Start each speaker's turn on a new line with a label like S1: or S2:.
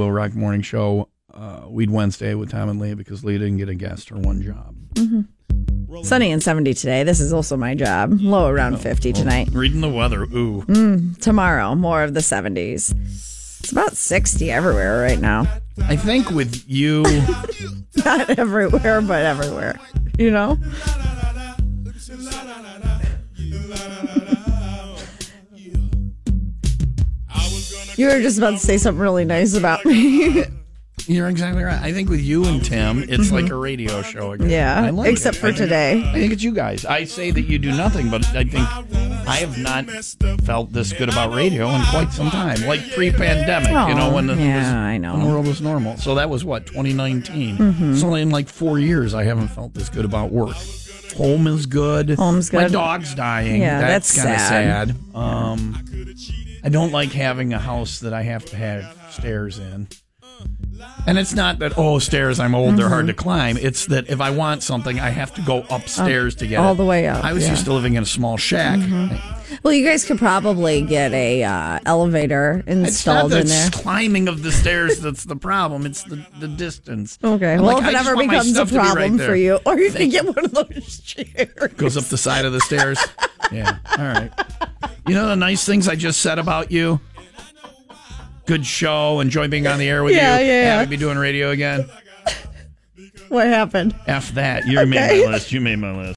S1: Little Rock Morning Show. Uh, we'd Wednesday with Tom and Lee because Lee didn't get a guest or one job.
S2: Sunny and 70 today. This is also my job. Low
S1: Oh,
S2: around 50 tonight.
S1: Reading the weather. Ooh.
S2: Tomorrow, more of the 70s. It's about 60 everywhere right now.
S1: I think with you,
S2: Not everywhere, but everywhere. You know? You were just about to say something really nice about me.
S1: you're exactly right. I think with you and Tim, it's like a radio show again. I
S2: yeah.
S1: like it.
S2: Except for
S1: I think-
S2: today.
S1: I think it's you guys. I say that you do nothing, but I think I have not felt this good about radio in quite some time, like pre-pandemic. you know, when
S2: Oh,
S1: it was,
S2: yeah, I
S1: when the
S2: know. Mm-hmm.
S1: world was normal. So that was what 2019. It's only in like four years I haven't felt this good about work. Home is good.
S2: Home's
S1: My
S2: good.
S1: dog's dying.
S2: Yeah,
S1: that's,
S2: that's
S1: kind of
S2: sad.
S1: sad. Um, I don't like having a house that I have to have stairs in. And it's not that oh stairs I'm old they're hard
S2: Mm-hmm.
S1: to climb. It's that if I want something I have to go upstairs to get
S2: all
S1: it.
S2: the way up,
S1: I was
S2: yeah. Mm-hmm.
S1: used to living in a small shack.
S2: Well, you guys could probably get a uh, elevator
S1: It's not
S2: installed
S1: the
S2: in there.
S1: climbing of the stairs that's the problem. It's the, the distance.
S2: Okay.
S1: I'm
S2: well,
S1: like, I
S2: if it
S1: just
S2: ever
S1: want my
S2: becomes a
S1: stuff to be right
S2: problem
S1: there.
S2: for you, or you can get one of those chairs.
S1: goes up the side of the stairs. Yeah. All right. You know the nice things I just said about you. Good show. Enjoy being on the air with
S2: Yeah,
S1: you.
S2: yeah, yeah.
S1: I'd be doing radio again.
S2: What happened?
S1: F that. You made my list. You made my list.